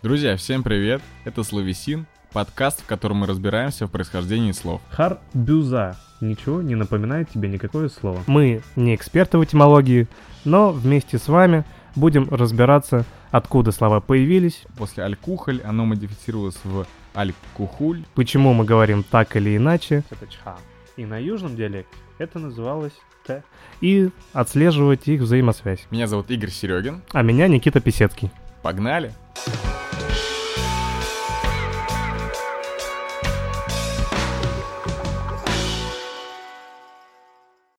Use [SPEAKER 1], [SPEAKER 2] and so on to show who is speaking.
[SPEAKER 1] Друзья, всем привет! Это Словесин, подкаст, в котором мы разбираемся в происхождении слов.
[SPEAKER 2] Харбюза. Ничего не напоминает тебе никакое слово.
[SPEAKER 3] Мы не эксперты в этимологии, но вместе с вами будем разбираться, откуда слова появились,
[SPEAKER 1] После алькухоль оно модифицировалось в алькухуль.
[SPEAKER 3] почему мы говорим так или иначе,
[SPEAKER 2] Это чха. И на южном диалекте это называлось т.
[SPEAKER 3] и отслеживать их взаимосвязь.
[SPEAKER 1] Меня зовут Игорь Серегин.
[SPEAKER 3] А меня Никита Писецкий.
[SPEAKER 1] Погнали!